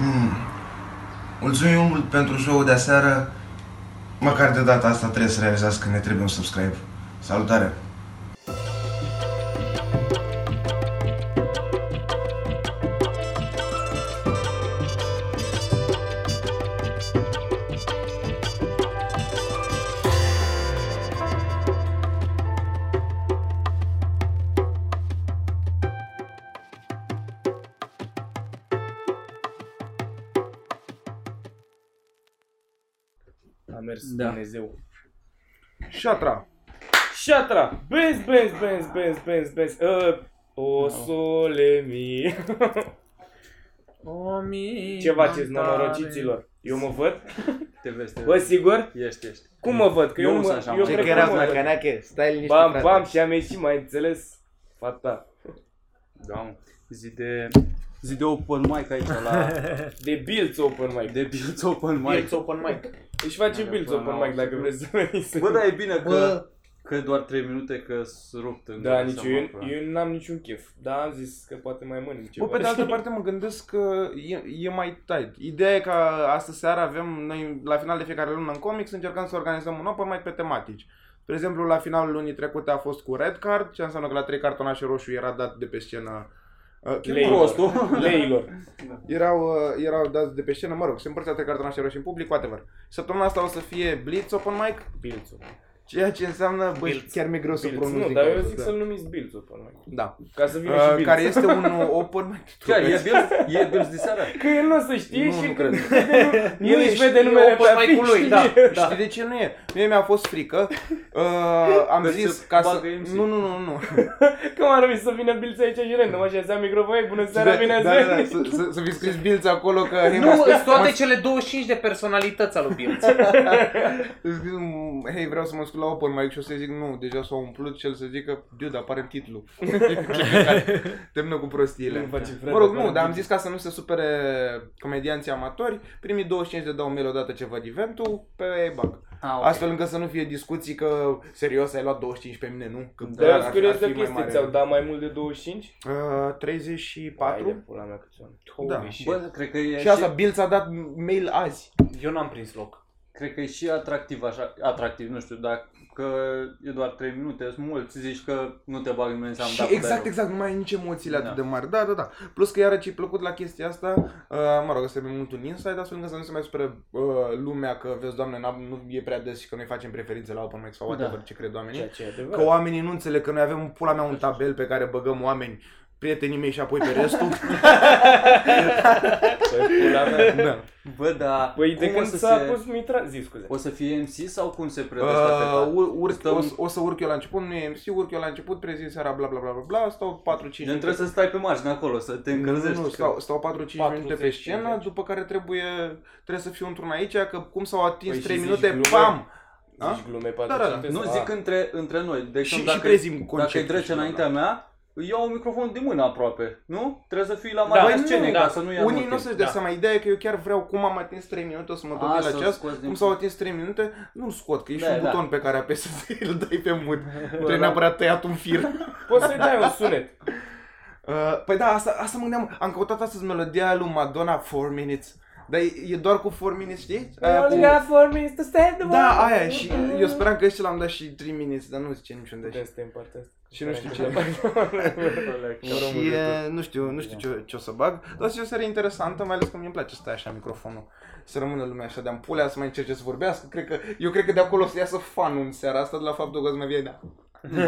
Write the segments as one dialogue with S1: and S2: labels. S1: Mm. Mulțumim mult pentru show-ul de aseară. Măcar de data asta trebuie să realizați că ne trebuie un subscribe. Salutare!
S2: A mers
S3: Da.
S2: da. Dumnezeu.
S4: Șatra.
S2: Șatra! Benz, benz, benz, benz, benz, benz. Uh, o sole mi.
S3: O mie
S2: Ceva ce nenorociților. Eu mă văd?
S3: Te vezi, te
S2: Bă,
S3: vezi.
S2: sigur?
S3: Ești, ești.
S2: Cum mă văd? Că
S3: Eu
S2: eu,
S3: nu
S2: mă,
S3: sunt așa, mă.
S2: eu
S3: Ce
S5: Ce
S2: cred
S5: că
S2: că
S5: erați
S2: mă
S5: la
S2: văd.
S5: canache? Stai liniștit,
S2: Bam,
S5: frate.
S2: bam, și am ieșit, mai înțeles? Fata.
S3: Da, mă. Zi de... Zi de open mic aici la...
S2: De Bills Open Mic.
S3: De Bills open mic.
S6: It's open mic.
S2: Își face Bills Open Mic dacă vreți să veniți.
S3: Bă, dar e bine că...
S5: Bă,
S3: Că doar 3 minute că s rupt în
S2: Da, nici eu, eu n-am niciun chef. Dar am zis că poate mai mănânc ceva.
S4: Bă, pe de altă parte mă gândesc că e, e mai tight. Ideea e că astă seară avem, noi la final de fiecare lună în comics încercăm să organizăm un open mai pe tematici. Spre exemplu, la finalul lunii trecute a fost cu red card, ce înseamnă că la trei cartonașe roșu era dat de pe scenă uh,
S2: Leilor. Leilor.
S4: erau, uh, erau dați de pe scenă, mă rog, se împărțea trei cartonașe roșii în public, whatever. Săptămâna asta o să fie Blitz Open Mic,
S2: Bills Open
S4: ceea ce înseamnă, bă,
S6: Blitz.
S4: chiar mi-e greu să
S2: Bills.
S4: pronunț.
S2: Nu,
S4: din
S2: dar eu
S4: cauza
S2: zic
S4: asta.
S2: să-l numiți Bills Open Mic.
S4: Da.
S2: Ca să vină și
S4: Uh,
S2: Bills.
S4: care este un open mic.
S3: Chiar, e Bills, e Bills de seara?
S2: Că el nu o să știe
S4: Nu,
S2: și
S4: nu
S2: nu
S4: cred.
S2: când vede nu, el
S6: e,
S2: își vede
S6: știe
S2: numele pe
S6: open mic-ul
S2: afiș.
S6: lui,
S2: și-
S6: da.
S4: Da. Știi de ce nu e? Mie mi-a fost frică. Uh, am
S6: Deci
S3: Că
S4: zis
S3: se
S4: ca să...
S3: bagă MC.
S4: Nu, nu, nu, nu.
S2: Că m-ar fi să vină Bilț aici și random, așa, să am microfon, "Ei, bună
S4: Da,
S2: seara, bine ați venit.
S4: să- să- Să fi scris bilți acolo că... Hei,
S6: Nu,
S4: mă,
S6: sunt toate cele 25 de personalități ale lui Bill.
S4: să scris, m, hei, vreau să mă scup la open mic și o să zic nu, deja s-a umplut și el să zică, dude, apare în titlu. Termină cu prostiile.
S2: Nu face, frate, da.
S4: Mă rog,
S2: apare
S4: nu, dar am
S2: Bilț.
S4: zis ca să nu se supere comedianții amatori, primii 25 de dau mail odată ce văd eventul pe bag.
S3: Ah,
S4: Astfel încât să nu fie discuții că serios ai luat 25 pe mine, nu? Că
S2: Dar eu
S4: ar-
S2: sunt
S4: ar
S2: curios
S4: fi
S2: de
S4: mai
S2: Da, chestii,
S4: mare.
S2: ți-au dat mai mult de 25?
S4: Uh,
S2: Hai
S4: 34.
S2: de pula mea câți oameni.
S4: Da.
S2: Holy shit.
S3: Bă, cred că e
S4: Și asta, Bill ți-a dat mail azi.
S6: Eu n-am prins loc.
S3: Cred că e și atractiv așa, atractiv, nu știu, dacă e doar 3 minute, sunt mulți, zici că nu te bag nimeni să am
S4: și
S3: dat cu
S4: exact,
S3: perul.
S4: exact, nu mai ai nici emoțiile atât
S3: Da.
S4: de mari. Da, da, da. Plus că iară ce-i plăcut la chestia asta, uh, mă rog, să mai mult un insight, astfel încât să nu se mai supere uh, lumea că, vezi, doamne, n-am- nu e prea des și că noi facem preferințe la open mic sau whatever
S3: Da.
S4: ce cred oamenii.
S2: Ceea ce e
S4: Că
S2: adevărat.
S4: oamenii nu înțeleg că noi avem în pula mea un tabel pe care băgăm oameni, prietenii mei și apoi pe restul.
S2: Păi, pula mea.
S4: da.
S3: Bă, da,
S2: Păi de
S3: cum
S2: când
S3: o să
S2: s-a
S3: se...
S2: pus Mitra... Zi, scuze.
S3: O să fie MC sau cum se predă uh,
S4: Uh, ur- urc,
S3: Stăm-
S4: o, să- o, să urc eu la început, nu e MC, urc eu la început, prezint seara, bla bla bla bla bla, stau 4-5
S3: Gen, trebuie să stai pe margine acolo, să te încălzești.
S4: Nu, nu, stau, stau 4-5 minute pe
S2: 40,
S4: scenă,
S2: 50.
S4: după care trebuie, trebuie să fiu într-un aici, că cum s-au atins
S2: Păi și
S4: 3
S2: zici
S4: minute,
S2: glume?
S4: pam! A?
S2: Zici glume, poate.
S4: Da, da, da.
S2: și te
S3: Nu,
S2: spui,
S3: zic
S2: "Ah,
S3: între, între noi. De
S4: Și,
S3: exemplu,
S4: și
S3: dacă,
S4: prezim
S3: dacă
S4: conceptul.
S3: îi trece
S4: și bla,
S3: înaintea
S4: bla.
S3: mea, iau microfonul din mână aproape, nu? Trebuie să fii la marginea
S4: Băi, nu,
S3: scenei
S4: da.
S3: ca să nu ia
S4: Unii nu o să-și dea
S6: Da.
S4: seama, ideea e că eu chiar vreau cum am atins 3 minute, o să mă duc
S3: A,
S4: la
S3: să-l
S4: ceas,
S3: scoți din-
S4: cum s-au atins 3 minute, nu-l scot, că e și
S3: Da,
S4: un
S3: da.
S4: buton pe care apesi să îl dai pe mut. Trebuie
S3: da.
S4: neapărat tăiat un fir.
S2: Poți să-i dai un sunet.
S4: Uh, păi da, asta, asta mă gândeam, am căutat astăzi melodia lui Madonna 4 Minutes. Dar e, e doar cu 4 minutes, știi? Aia cu- Da, aia și eu speram că și l-am dat și 3 minutes, dar nu zice niciunde.
S2: Putem să te împărtesc.
S4: Și nu știu ce.
S2: rămâne
S4: Și e, nu știu, nu știu ce, ce o să bag, dar e o serie interesantă, mai ales că mie îmi place să stai așa microfonul. Să rămână lumea așa de ampulea, să mai încerce să vorbească. Cred că, eu cred că de acolo o să iasă fanul în seara asta de la faptul că îți mai vine da.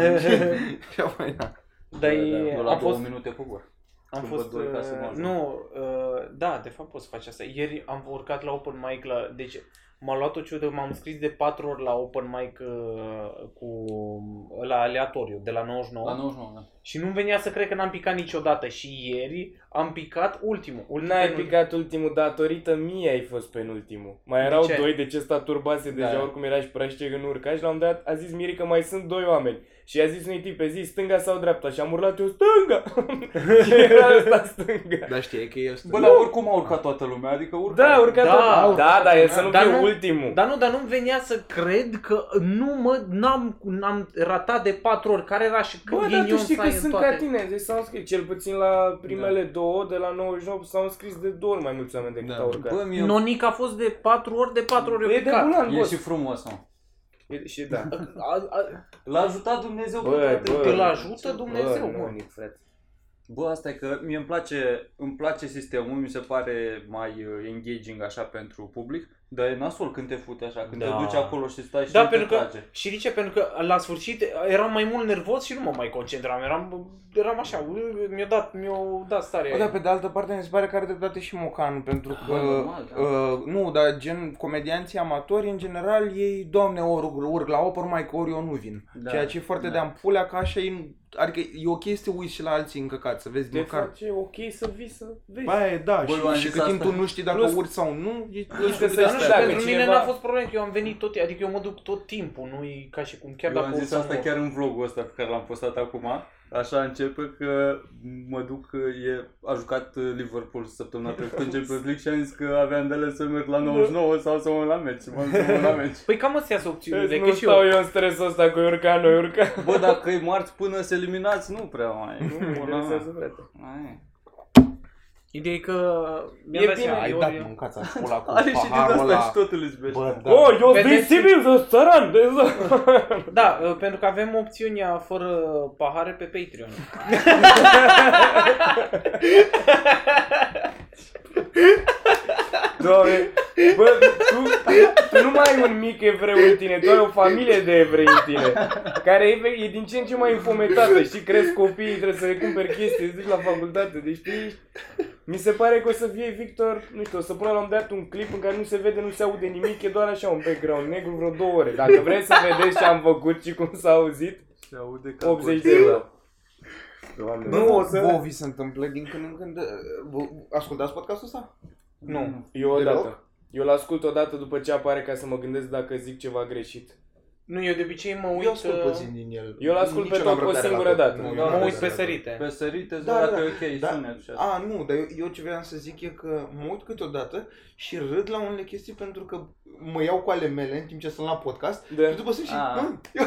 S4: și apoi, da.
S6: Dar e-
S3: Eu la
S6: am
S3: două
S6: fost...
S3: minute pe gură.
S6: Am
S3: Când văd
S6: fost...
S3: doi ca să mă
S6: uh,
S3: ajut.
S6: Nu, uh, da, de fapt poți să faci asta. Ieri am urcat la open mic la... Deci m-a luat o ciudă, m-am scris de 4 ori la open mic uh, cu la aleatoriu, de la 99.
S3: La 99, da.
S6: Și nu venea să cred că n-am picat niciodată. Și ieri am picat ultimul. ultimul
S2: N-ai picat ultimul datorită mie ai fost penultimul. Mai erau
S6: ce?
S2: doi, de ce sta turbase
S3: Da.
S2: deja, oricum era și praște în urca și la un moment dat a zis Miri că mai sunt doi oameni. Și i-a zis unui tip, pe zi stânga sau dreapta și am urlat eu stânga. și era ăsta stânga.
S4: Dar știi că el stă.
S3: Bă, la Dar oricum a urcat toată lumea, adică urca.
S2: Da, urcat
S6: Da,
S2: tot. Da, da, e să nu
S6: Dar
S2: fie
S6: nu-
S2: ultimul.
S6: Dar nu, dar nu-mi venea să cred că nu mă, n-am, n-am ratat de patru ori, care era și cât
S2: Bă, dar tu
S6: ghinion
S2: știi
S6: să
S2: că
S6: ai în
S2: sunt
S6: toate.
S2: ca tine, deci s-au înscris, cel puțin la primele două, de la 99 s-au înscris de două ori mai mulți oameni decât
S4: Da.
S2: au urcat.
S3: Bă, mie
S6: Nonic a fost de patru ori, de patru ori
S2: e Păi de
S6: picat.
S2: bulan,
S3: e
S2: boss.
S3: și frumos, mă.
S2: E- Și da.
S6: A- a-
S3: L-a ajutat Dumnezeu
S2: Bă,
S3: pe frate.
S2: bă.
S6: Îl ajută Dumnezeu,
S2: Bă,
S6: mă.
S2: nu, Nic, frate.
S3: Bă, asta e că mie îmi place, îmi place sistemul, mi se pare mai uh, engaging așa pentru public, dar e nasol când te fute așa, când
S6: Da.
S3: te duci acolo și stai și
S6: Da,
S3: nu te
S6: pentru că-
S3: trage.
S6: Și zice, pentru că la sfârșit eram mai mult nervos și nu mă mai concentram, eram, eram așa, mi-a dat, mi-a dat starea
S4: Bă, dar
S6: aia.
S4: pe de altă parte mi se pare că are dreptate și Mocan, pentru că...
S3: Bă, normal, da.
S4: uh, nu, dar gen comedianții amatori, în general, ei, doamne, ori urc la open mic, ori eu nu vin.
S3: Da,
S4: Ceea ce e foarte
S3: da.
S4: de ampulea, că așa e... Adică e o chestie uiți și la alții încăcați, să vezi
S2: Te
S4: măcar.
S2: face ok să vii să vezi.
S4: Ba, e, da,
S3: Bă, eu am
S4: și, și
S3: zis
S4: cât timp
S3: asta.
S4: tu nu știi dacă
S2: Plus-
S4: urci sau nu, e,
S2: Plus că
S4: e
S2: să
S6: Dar nu
S2: știi
S6: știu,
S2: dacă
S6: pentru mine
S2: cineva-
S6: n-a fost probleme că eu am venit tot, adică eu mă duc tot timpul, nu e ca și cum chiar
S3: Eu
S6: dacă
S3: am zis
S6: urcam
S3: asta
S6: o-
S3: chiar în vlogul ăsta pe care l-am postat acum. Așa începe că mă duc, e, a jucat uh, Liverpool săptămâna trecută în Champions League și am zis că aveam de ales să merg la 99 sau să mă uit la meci. M-am dus să mă uit la meci.
S6: Păi cam astea sunt opțiunile,
S2: Vezi,
S6: că
S2: nu
S6: și eu.
S2: stau eu în stresul ăsta cu urca, noi urca.
S3: Bă, dacă e marți până se eliminați, nu prea mai.
S2: Nu mă
S3: Nu, pula mea.
S2: interesează, frate.
S3: Ai.
S6: Ideea e că mi-am
S2: E
S6: dat
S2: bine,
S6: seama,
S4: Ai
S6: eu-
S4: dat
S6: eu-
S4: mâncața în pula cu
S3: Are și din
S4: paharul
S3: asta
S4: ăla.
S3: și totul îți bește.
S4: Bă, da.
S2: Oh, eu sunt din
S6: Vedeți?
S2: Sibiu, sunt țăran, de zi.
S6: Da, uh, pentru că avem opțiunea fără pahare pe Patreon.
S2: Doamne, bă, tu, tu nu mai ai un mic evreu în tine, tu ai o familie de evrei în tine, care e, e din ce în ce mai înfometată, știi, crezi copiii, trebuie să le cumperi chestii, îți duci la facultate, deci tu ești... Mi se pare că o să fie Victor, nu știu, o să pună la un moment dat un clip în care nu se vede, nu se aude nimic, e doar așa un background negru vreo două ore. Dacă vrei să vedeți ce am făcut și cum s-a auzit,
S3: Se aude ca
S2: 80 de euro.
S4: Da,
S2: da.
S4: Nu o să... Vouă vi se întâmplă din când în când... uh, vă- Ascultați podcastul ăsta?
S2: Nu, eu
S4: Deloc?
S2: odată. Eu l-ascult odată după ce apare ca să mă gândesc dacă zic ceva greșit.
S6: Nu, eu de obicei mă uit,
S4: Eu ascult
S6: uh,
S4: puțin Da, din el.
S2: Eu l-ascult
S4: Nici
S2: pe
S4: eu n-am
S2: top o
S4: răbdare la
S2: singură
S4: tot.
S2: dată.
S4: Nu, eu
S2: Mă
S4: n-am răbdare
S6: mă uit
S4: la
S6: pe
S4: tot.
S6: sărite.
S3: Pe sărite, zi
S4: Da, da,
S3: dacă
S4: da.
S3: e ok,
S4: Da.
S3: sunet și asta.
S4: A, nu, dar eu, eu ce vreau să zic e că mă uit câteodată și râd la unele chestii pentru că mă iau cu ale mele în timp ce sunt la podcast
S2: Da.
S4: și după sunt și...
S3: A.
S4: "Hă? Eu,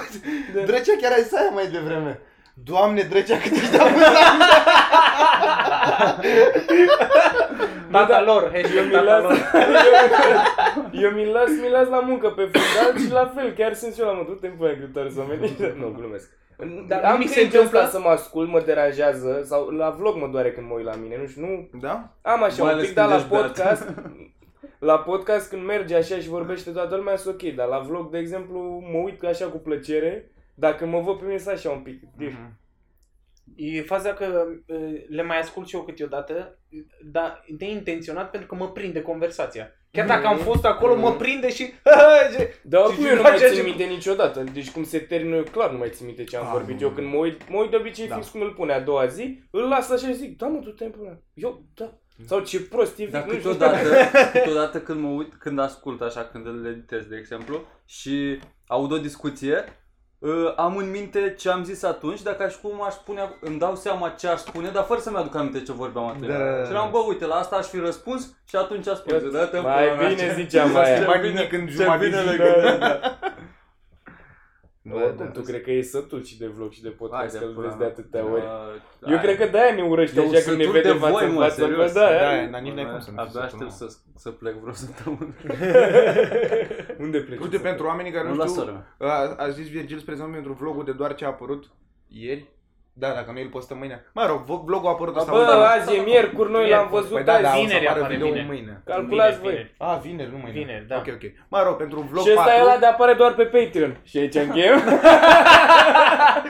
S2: Da.
S4: Drăcea chiar ai să aia mai devreme. Doamne, drăcea cât ești de amuzant!
S6: Tata lor, hashtag
S2: mi
S6: tata
S2: las-
S6: lor.
S2: Eu mi las, mi las la muncă pe fundal și la fel, chiar sunt și eu la modul te voi agritor să mă Nu, glumesc.
S6: Dar
S2: am
S6: nimic se
S2: cringe-ul ăsta
S6: întâmplă?
S2: să mă ascult, mă deranjează, sau la vlog mă doare când mă uit la mine, nu știu, nu...
S4: Da?
S2: Am așa
S3: Mai
S2: un
S3: ales
S2: pic, dar
S3: când
S2: la
S3: ești beat.
S2: podcast... La podcast când merge așa și vorbește toată lumea, sunt ok, dar la vlog, de exemplu, mă uit așa cu plăcere, dacă mă văd pe mine, sunt așa un
S3: Mhm.
S2: pic. deci,
S6: E faza că uh, le mai ascult și eu câteodată, dar neintenționat pentru că mă prinde conversația. Chiar dacă am fost acolo, mă prinde și...
S2: Da,
S6: Și
S2: oricum eu nu
S6: faci
S2: mai
S6: ceea
S2: țin
S6: ce-
S2: minte niciodată. Deci cum se termină, eu clar nu mai țin minte ce am
S4: Ah,
S2: vorbit.
S4: nu.
S2: Eu când mă uit, mă uit de obicei
S4: Da.
S2: fix cum îl pune a doua zi, îl las așa și zic, da mă, tu te Eu, da. Sau ce prost e,
S3: Mm. Dar
S2: nu știu.
S3: câteodată, câteodată când mă uit, când ascult așa, când îl editez, de exemplu, și aud o discuție, uh, am în minte ce am zis atunci, dacă aș cum aș spune, ac- îmi dau seama ce aș spune, dar fără să-mi aduc aminte ce vorbeam atunci.
S4: Da.
S3: Și eram, bă, uite, la asta aș fi răspuns și atunci a spus.
S2: Eu-
S3: "Dă-te în
S2: mai
S3: pula mea,
S2: bine
S3: ce-
S2: ziceam
S3: ce-
S2: aia."
S3: ce
S4: Mai
S3: bine-
S4: bine când
S3: ce
S4: jumătate
S3: bine
S4: zi,
S3: le
S4: da.
S3: gândeam, da.
S2: Oricum, tu cred că e sătul și de vlog și de
S3: Hai
S2: podcast,
S3: de
S2: că îl
S3: pula
S2: da, vezi de
S3: mea.
S2: atâtea ori.
S3: Da,
S2: Eu
S3: hai.
S2: cred că de-aia ne urăște
S3: Eu
S2: așa când ne
S3: sătul
S2: vede
S3: de voi,
S2: față în
S3: mă,
S2: față. Bă,
S3: serios.
S2: da,
S4: Da, dar nici n-ai cum să nu
S3: Abia
S4: fii
S3: aștept să, să plec vreo săptămână.
S2: Unde pleci?
S4: Uite, pentru oamenii care
S3: Nu
S4: nu
S3: la
S4: știu,
S3: sora mea.
S4: A, a zis Virgil, spre exemplu, pentru vlogul de doar ce a apărut ieri. Da, dacă noi îl postăm mâine. Mă rog, vo- vlogul a apărut ăsta.
S2: Bă, azi e miercuri, noi l-am
S6: Miercuri.
S3: Păi
S2: văzut
S4: da, da,
S2: azi.
S4: o să
S6: vineri
S4: apară
S6: apare
S4: video
S6: vineri.
S4: mâine.
S2: Calculați
S6: Vineri,
S2: voi.
S6: vineri.
S4: A, vineri, nu mâine.
S6: Vineri, da.
S4: Ok, ok. Mă rog, pentru vlog
S2: Și ăsta e
S4: 4,
S2: ăla de apare doar pe Patreon. Și aici încheiem.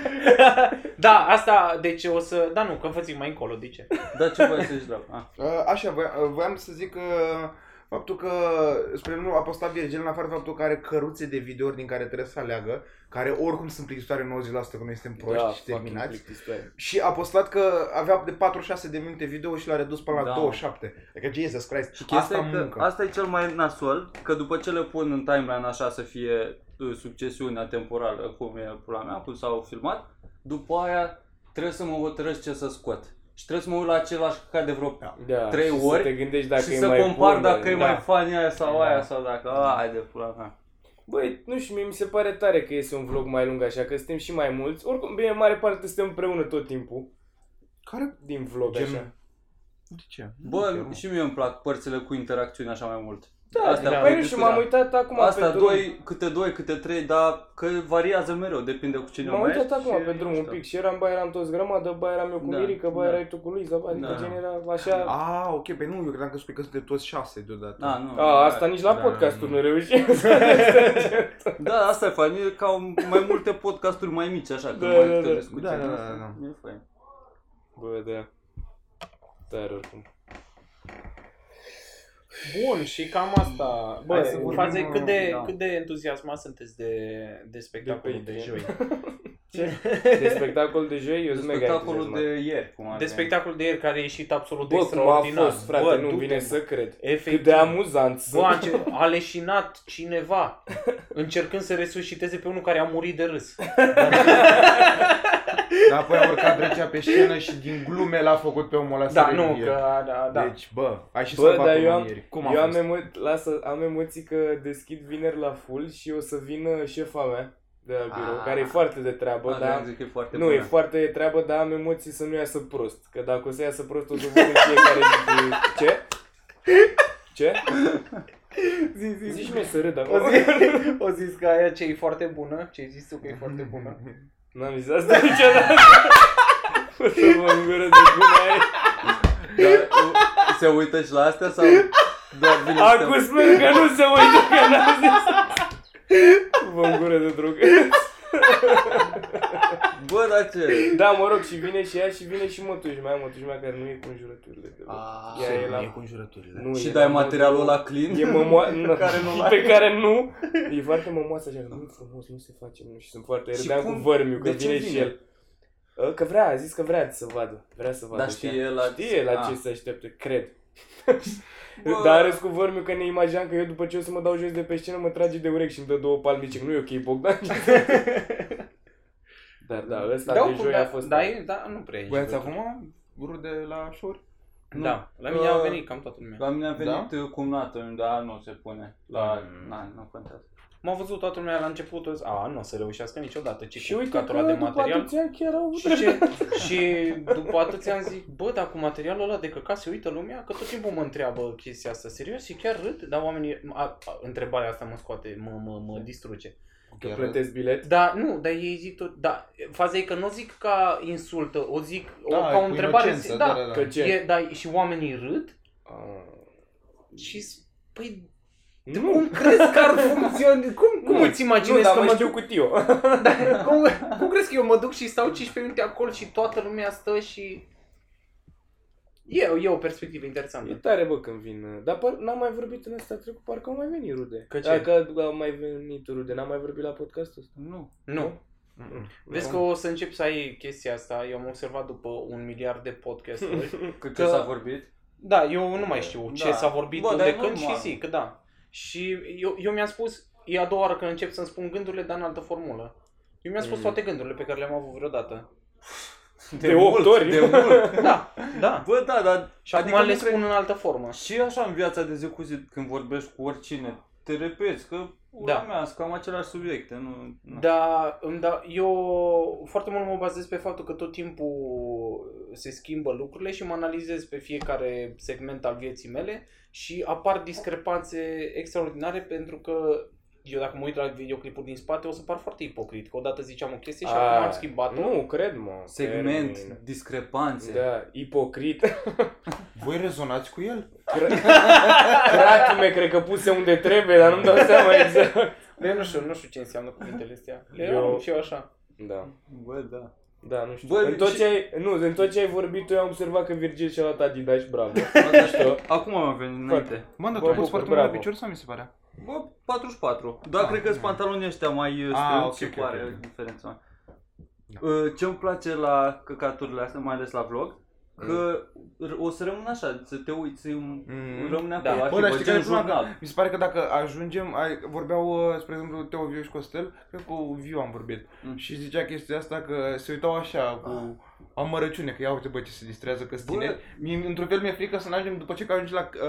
S6: Da, asta, deci o să... Da, nu, că înfățim mai încolo, de ce?
S3: Da, ce voi să-și dau? Ah.
S4: Uh, Așa, voiam, voiam să zic că faptul că, spre nu a postat Virgil în afară de faptul că are căruțe de videouri din care trebuie să aleagă, care oricum sunt plictisitoare 90% că noi
S2: Da,
S4: suntem proști și terminați. Și a postat că avea de 46 de minute video și l-a redus până la
S3: Da.
S4: 27. Adică Jesus Christ,
S3: Și
S4: asta
S3: chestia asta e
S4: muncă.
S3: că asta e cel mai nasol, că după ce le pun în timeline așa să fie uh, succesiunea temporală, cum e pula mea, cum s-au filmat, după aia trebuie să mă hotărăsc ce să scot. și trebuie să mă uit la același căcat de vreo
S2: Da,
S3: Trei
S2: și
S3: ori
S2: să te gândești dacă
S3: și
S2: e
S3: să
S2: mai
S3: compar
S2: bun,
S3: dacă e
S2: da.
S3: mai funny aia sau
S2: Da.
S3: aia sau dacă, a, hai de pula mea.
S2: Băi, nu știu, mie mi se pare tare că este un vlog mai lung așa, că suntem și mai mulți. Oricum, bine, în mare parte suntem împreună tot timpul
S4: Care?
S2: din vlog
S4: Gen-
S2: așa.
S4: De ce? Nu
S3: Bă,
S4: știu,
S3: și mie îmi plac părțile cu interacțiune așa mai mult.
S2: Da,
S3: Astea
S2: da,
S3: am
S2: băi, nu
S3: văzut
S2: știu,
S3: deja.
S2: m-am uitat acum
S3: Asta
S2: pe drum.
S3: doi, câte doi, câte trei, dar că variază mereu, depinde cu cine
S2: M-am
S3: mai
S2: uitat
S3: ești
S2: acum
S3: și-
S2: pe drum
S3: nu
S2: un
S3: știu.
S2: pic și eram, bă, eram toți grămadă, bă, eram eu cu
S3: Da,
S2: Mirica, bă,
S3: da.
S2: erai tu cu Luiza, bă, adică
S3: Da.
S2: gen era așa...
S4: A, ok, pe nu, eu credeam că spui că suntem toți șase deodată.
S3: Da, nu.
S2: A, asta nici la
S4: Da,
S2: podcastul
S4: nu.
S2: nu reușim.
S3: Da, asta e fain, e ca un- mai multe podcasturi mai mici, așa, că
S2: Da,
S3: mai
S2: da,
S3: te
S2: da.
S3: discuți.
S4: Da, da, da, da.
S3: E fain.
S2: Bă, da. Dar oricum.
S6: Bun, și cam asta. Bă,
S4: Hai să
S6: în
S4: vorbim,
S6: față,
S2: uh,
S4: mă,
S6: cât, de,
S3: da.
S6: cât de entuziasmat sunteți de, de spectacolul de,
S2: Patreon.
S6: joi?
S2: De spectacol de joi, eu sunt mega
S3: Spectacolul
S2: entuziasmat.
S3: de ieri, cum ar
S6: De
S3: veni.
S6: spectacolul de ieri care a ieșit absolut
S2: Bă, cum a
S6: extraordinar.
S2: fost, frate,
S6: Bă,
S2: nu
S6: du-te,
S2: vine
S6: mă.
S2: să cred.
S6: Efectiv.
S2: Cât de amuzant
S6: Bă, a,
S2: sunt.
S6: înce- a leșinat cineva încercând să resusciteze pe unul care a murit de râs.
S4: Dar apoi a urcat Drăgea pe scenă și din glume l-a făcut pe omul ăla să
S6: Da, nu,
S4: revie.
S6: că da, da.
S4: Deci, bă, ai și
S2: Bă,
S4: salvat
S2: dar eu am,
S4: omenirii. Cum
S2: Cum
S4: a
S2: eu am,
S4: fost?
S2: emo- lasă, am emoții că deschid vineri la full și o să vină șefa mea de la birou,
S4: Ah.
S2: care e foarte de treabă,
S3: Bă,
S2: dar
S3: da, zic că e foarte
S2: Nu,
S3: bună.
S2: e foarte de treabă, dar am emoții să nu iasă prost. Că dacă o să iasă prost, o să văd în fiecare zi. de- Ce? Ce? Zi, zi, Zici mie să râd acum.
S6: O zis, o zis că aia ce e foarte bună, ce ai zis tu că e foarte bună.
S2: N-am zis asta niciodată. O să mă îngură de bună aia.
S3: Dar, uh, se uită și la astea sau doar vine să te-
S2: Acum sper că nu se uită că n-am zis. Vă îngură de drog.
S3: Bă, dar ce?
S2: Da, mă rog, și vine și ea și vine și mătuși mea, mătuși mea care nu e cu înjurăturile deloc. Ea e la...
S4: Ah, cu înjurăturile.
S2: Nu,
S3: Și
S2: e
S3: dai
S2: la
S3: materialul
S2: modul-
S3: ăla clean?
S2: E mămoa... pe,
S3: care
S2: care
S3: nu
S2: nu pe care nu E foarte mămoasă așa Nu frumos, nu se face nu Și sunt foarte
S3: Și
S2: Râdeam cu
S3: cum-
S2: vărmiu că
S3: de ce
S2: vine
S3: vine?
S2: și el Ă, Că vrea, a zis că vrea să vadă Vrea să vadă
S3: Dar
S2: și
S3: știe
S2: ea.
S3: la-
S2: Știe la
S3: Ah.
S2: ce se așteapte, cred
S3: Bă.
S2: Dar a râs cu vărmiu că ne imaginam că eu după ce o să mă dau jos de pe scenă Mă trage de urechi și îmi dă două palmi Zic, nu e ok Bogdan Dar da, ăsta
S6: Da,
S2: de
S6: oricum,
S2: joi
S6: da,
S2: a fost
S6: da, e- da, nu prea
S4: Voi ați
S6: ești.
S4: acum rude la șori?
S3: Nu.
S6: Da, la mine
S3: Uh,
S6: au venit cam toată lumea.
S3: La mine a venit da? cumnatul, dar nu se pune. La... Na, nu contează.
S6: M-a văzut toată lumea la început, a zis, a, nu o să reușească niciodată, ci
S2: Și
S6: cu
S2: uite
S6: căcatul ăla
S2: că
S6: de
S2: după
S6: material.
S2: atâția chiar au
S6: Și, ce, și după atâția ani zic, bă, dar cu materialul ăla de căcat se uită lumea, că tot timpul mă întreabă chestia asta, serios, și chiar râd, dar oamenii, a, a, întrebarea asta mă scoate, mă, mă, mă
S2: Da.
S6: distruge.
S2: Că plătesc bilet
S6: Da, nu, dar ei zic tot, da, faza e că nu o zic ca insultă, o zic o,
S4: Da,
S6: ca o
S4: cu
S6: întrebare,
S4: inocență,
S6: zi-
S4: da, da, da.
S2: Că ce?
S6: E, da, și oamenii râd
S2: Ah.
S6: și zic, păi,
S2: Nu.
S6: cum crezi că ar funcționa, cum, cum îți
S2: Nu,
S6: imaginezi
S2: dar
S6: că
S2: mai
S6: mă
S2: știu cu Tio.
S6: Dar cum, cum crezi că eu mă duc și stau 15 minute acolo și toată lumea stă și... E, e o perspectivă
S2: E
S6: interesantă.
S2: tare, bă, când vin. Dar par, n-am mai vorbit în ăsta trecut, parcă au mai venit rude.
S6: Că ce?
S2: Dacă au mai venit rude, n-am mai vorbit la podcastul ăsta. Mm.
S3: Nu.
S6: Nu. Mm. Vezi că
S2: Nu.
S6: o să încep să ai chestia asta. Eu am observat după un miliard de podcasturi.
S3: Că ce
S6: Că-
S3: s-a vorbit?
S6: da, eu nu mai știu ce
S3: Da.
S6: s-a vorbit,
S3: Bă,
S6: Bă,
S3: dar
S6: unde,
S3: e
S6: când și
S3: normal.
S6: zic, da. Și eu, eu mi-am spus, e a doua oară când încep să-mi spun gândurile, dar în altă formulă. Eu mi-am spus
S2: Mm.
S6: toate gândurile pe care le-am avut vreodată.
S2: De opt
S3: mult,
S2: ori.
S3: De mult.
S6: Da, da.
S3: Bă, da, dar...
S6: Și acum
S3: adică
S6: le
S3: nu cred-
S6: spun în altă formă.
S3: Și așa în viața de zi cu zi, când vorbești cu oricine, te repeți că... Da.
S6: Da.
S3: Mea, sunt cam aceleași subiecte, nu... nu.
S6: Da, îmi da, eu foarte mult mă bazez pe faptul că tot timpul se schimbă lucrurile și mă analizez pe fiecare segment al vieții mele și apar discrepanțe extraordinare pentru că eu dacă mă uit la videoclipuri din spate o să par foarte ipocrit, că odată ziceam o chestie și
S2: A,
S6: acum am schimbat-o.
S2: Ah, Nu, cred, mă.
S3: Segment,
S2: Termin.
S3: discrepanțe.
S2: Da, ipocrit.
S4: Voi rezonați cu el?
S2: Cratime, cred că puse unde trebuie, dar nu-mi dau seama exact.
S6: Eu nu știu, nu știu ce înseamnă cuvintele astea. Le
S2: Eu-
S6: eu... și eu așa.
S2: Da.
S3: Bă, da.
S2: Da, nu știu.
S3: Bă,
S2: în, tot
S3: și-
S2: ce ai, nu, în tot ce ai vorbit, eu am observat că Virgil și-a luat Adidas, bravo.
S3: Asta știu. Acum am venit înainte.
S4: Mă, dar
S2: Bă,
S4: tu
S2: bucur,
S4: poți foarte mult la
S2: bravo.
S4: picior sau mi se pare?
S3: Bă, 44. Dar
S4: Ah,
S3: cred că sunt
S4: da.
S3: pantalonii ăștia mai
S4: Ah,
S3: strâmbi
S4: ok,
S3: și
S4: ok,
S3: pare
S4: ok, ok.
S3: diferența.
S4: Da.
S3: Uh, Ce îmi place la căcaturile astea, mai ales la vlog, că r- o să rămân așa, să te uiți, să
S4: Mm.
S3: rămâne
S6: Da.
S3: acolo,
S4: Bă, dar
S3: arhivă,
S4: știi care
S3: gen
S4: e problema?
S3: jurnal.
S4: Mi se pare că dacă ajungem, ai, vorbeau, uh, spre exemplu, Teo, Viu și Costel, cred că cu Viu am vorbit,
S3: Mm.
S4: și zicea chestia asta că se uitau așa cu amărăciune, că ia uite bă ce se distrează că
S3: Bă.
S4: tine. Într-un fel mi-e frică să ne ajungem după ce că ajungi la uh,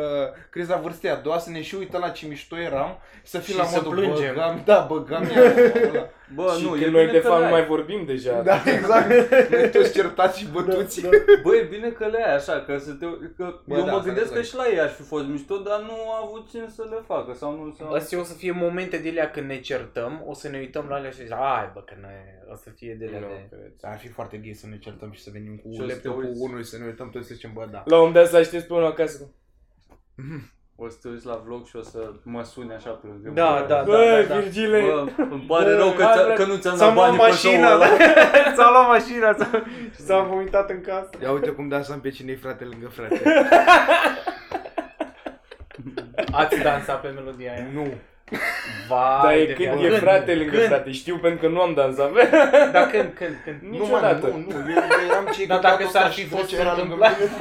S4: criza vârstei a doua, să ne și uităm la ce mișto eram, să fim
S6: Și
S4: la
S6: să
S4: modul
S6: plângem.
S4: băgam, da, băgam. ia,
S3: Bă,
S2: și
S3: nu,
S2: nu,
S3: e
S2: că noi
S3: bine
S2: de
S3: că
S2: fapt nu
S3: le-ai.
S2: mai vorbim deja.
S4: da, exact. da. Noi toți certați și bătuți.
S3: Bă, e bine că le ai așa, că, să te, că
S4: Bă,
S3: eu
S4: da,
S3: mă
S4: asta
S3: gândesc
S4: e
S3: că și la ei aș fi fost mișto, dar nu a avut cine să le facă sau nu sau...
S6: Da. Astea o să fie momente de alea când ne certăm, o să ne uităm la alea și zic, ai bă că noi, o să fie de alea de...
S4: Ar fi foarte gay să ne certăm și să venim cu
S3: Și o să te
S4: laptopul
S3: uiți.
S4: unul și să ne uităm toți să zicem, bă, da.
S2: La un moment dat să aștepți până acasă.
S3: O să te uiți la vlog și o să mă suni așa plângând.
S6: Da,
S3: Bă,
S6: da, da, da,
S2: Bă,
S6: da.
S2: Virgile,
S3: Bă, îmi pare rău că,
S2: hai,
S3: ți-a-
S2: frate,
S3: că nu ți-am
S2: ți-am
S3: dat
S2: luat
S3: banii pe
S2: mașina, da.
S3: show-ul
S6: da.
S3: ăla.
S6: Ți-a luat mașina s-a- și s-a vomitat în casă.
S4: Ia uite cum da să am pe cine frate lângă frate.
S6: Ați dansat pe melodia aia?
S4: nu.
S6: Vai,
S2: dar e
S6: de
S2: când
S6: viață.
S2: e frate
S6: Când?
S2: lângă frate, știu pentru că nu am dansat.
S6: Dar când, când, când?
S4: Nu, mă,
S2: Niciodată.
S4: nu, nu, eu, eu eram cei
S6: Dar
S4: cu
S6: dacă
S4: tatăl
S6: s-ar
S4: ăsta
S6: fi
S4: și
S6: fost
S4: vocea era
S6: să
S4: lângă
S6: întâmple?
S4: mine.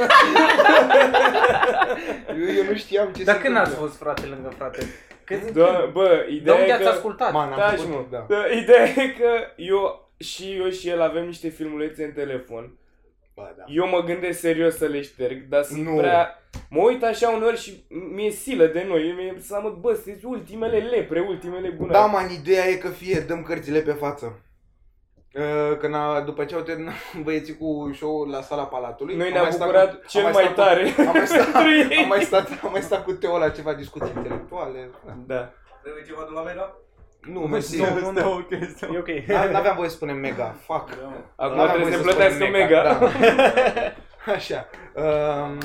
S4: eu, eu nu știam ce
S6: Dar
S4: se
S6: când ați
S4: întâmplă.
S6: fost frate lângă frate? Când?
S2: Da, bă,
S6: De
S2: ideea
S6: unde
S2: e
S6: ați
S2: că...
S6: ascultat?
S4: Man, am
S2: Taci,
S4: făcut,
S2: mă.
S4: da.
S2: Da, Ideea e că eu și eu și el avem niște filmulețe în telefon.
S4: Bă, da.
S2: Eu mă gândesc serios să le șterg, dar sunt
S4: Nu.
S2: prea... Mă uit așa uneori și mi-e silă de noi, mi-e să mă, bă, sunt ultimele lepre, ultimele bună.
S4: Da, man, ideea e că fie, dăm cărțile pe față. Uh, Că na, după ce au terminat băieții cu show la sala Palatului
S2: Noi
S4: am
S2: ne-am
S4: mai stat
S2: bucurat
S4: am
S2: cel
S4: mai
S2: mai
S4: stat cu-
S2: tare.
S4: am, mai stat,
S2: Pentru ei.
S4: am, mai stat, am mai stat cu Teo la ceva discuții intelectuale Da.
S2: Da.
S1: Trebuie ceva de la mega?
S4: Nu, mersi
S3: Nu, nu, nu, ok, stau.
S6: E ok.
S4: Da, N-aveam voie să spunem mega, fuck
S2: Acum
S4: N-aveam
S2: trebuie
S4: voie
S2: să
S4: spunem
S2: plătească mega.
S4: Da. Așa um,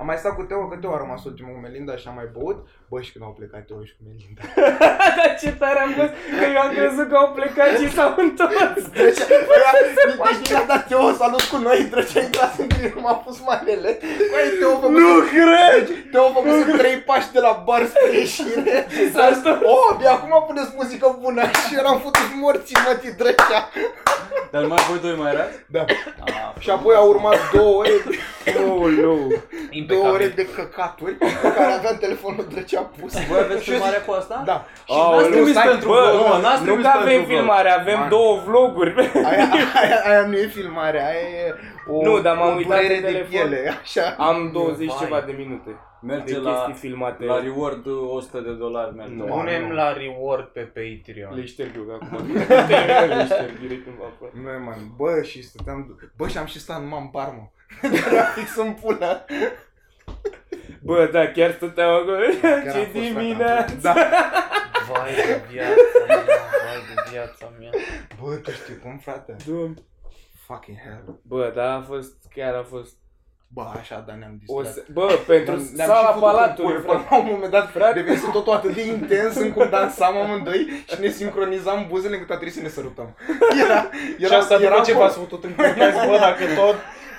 S4: Am mai stat cu Teo, că Teo a rămas ultimul cu Melinda și am mai băut Bă, și când au plecat Teo și cu Melinda
S2: Dar ce tare am fost că eu am crezut că au plecat și s-au întors.
S4: Trecea, băia, deci mi-a dat Teo salut cu noi, trecea în clasă în mine, m-a pus manele. Băi, Teo făcut,
S2: cred!
S4: Teo făcut trei pași de la bar spre ieșire.
S2: S-a întors.
S4: Oh, abia acum puneți muzică bună și eram putut morții, mă, ti trecea.
S3: Dar mai voi doi mai erați?
S4: Da.
S3: A,
S4: Și apoi au urmat două ore,
S2: Oh, no.
S4: două ore de căcaturi pe care aveam telefonul trecea pus.
S3: Voi aveți
S4: Și eu zic-
S3: filmare cu asta?
S4: Da. Și
S2: Aoleu,
S4: n-ați trimis
S2: stai,
S4: pentru
S2: bă,
S4: vlog.
S3: nu, n-ați
S2: Nu
S3: trimis
S2: că avem
S3: pentru vlog.
S2: filmare, avem
S4: Man.
S2: două vloguri.
S4: Aia, aia, aia nu e filmare, aia e o,
S2: Nu, dar m-am
S4: o
S2: uitat
S4: durere
S2: în
S4: de
S2: telefon.
S4: piele, așa.
S2: Am 20
S6: Vai.
S2: ceva de minute de
S3: Merge
S2: chestii
S3: la,
S2: filmate.
S3: la reward uh, 100 de dolari merge.
S2: Nu.
S6: Punem
S4: Oameni.
S6: la reward pe Patreon.
S2: Le șterg eu acum. Le șterg direct în apă.
S4: Nu, man, bă, și stăteam, bă, și am și stat numai în bar, mă. Era Da, fix în pula.
S2: Bă, da, chiar stăteam acolo.
S4: Chiar
S2: Ce
S4: a fost,
S2: dimineață.
S4: frate, Da.
S6: Vai de viața mea, vai de viața mea.
S4: Bă, tu știi cum, frate?
S2: Doamne.
S4: Fucking hell.
S2: Bă, da, a fost, chiar a fost.
S4: Bă, așa, dar ne-am distrat.
S2: O să, bă, pentru
S4: Ne-am- ne-am și
S2: sala
S4: făcut
S2: palatului,
S4: un corp.
S2: frate.
S4: La un moment dat,
S2: Frate.
S4: frate, devenise totul atât de intens încât dansam amândoi și ne sincronizam buzele încât a trebuit să ne sărutăm. Era, era,
S6: și asta
S4: era
S6: după ce
S4: acolo.
S6: v-ați făcut în curtea bă, dacă tot,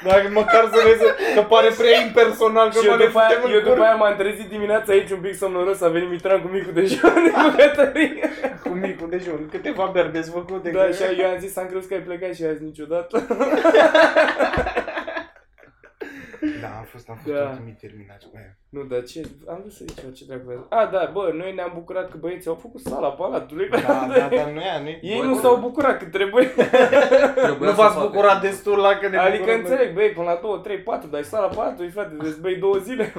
S6: dacă măcar să vezi că pare prea impersonal, că
S2: Și eu
S6: mă ne
S2: după, aia,
S6: putem
S2: eu după aia m-am trezit dimineața aici un pic somnoros, a venit Mitran cu micul dejun cu Cătălin.
S6: cu micul dejun, câteva beri desfăcute.
S2: Da, și eu am zis, am crezut că ai plecat și azi niciodată.
S4: Da, am fost, am fost
S2: Da.
S4: ultimii terminați cu aia.
S2: Nu, dar ce, am vrut să zic eu ce dracu A, da, bă, noi ne-am bucurat că băieții au făcut sala palatului.
S4: Da, da, dar nu e, nu e.
S2: Ei
S3: Bă,
S2: nu
S3: bă.
S2: s-au bucurat cât trebuie.
S3: Trebuia
S6: Nu
S3: să
S6: v-ați
S3: facă.
S6: bucurat destul la că ne
S2: Adică
S6: bucurăm noi.
S2: înțeleg, băi, până la 2, 3, 4, dar e sala 4, frate, deci băi, două zile.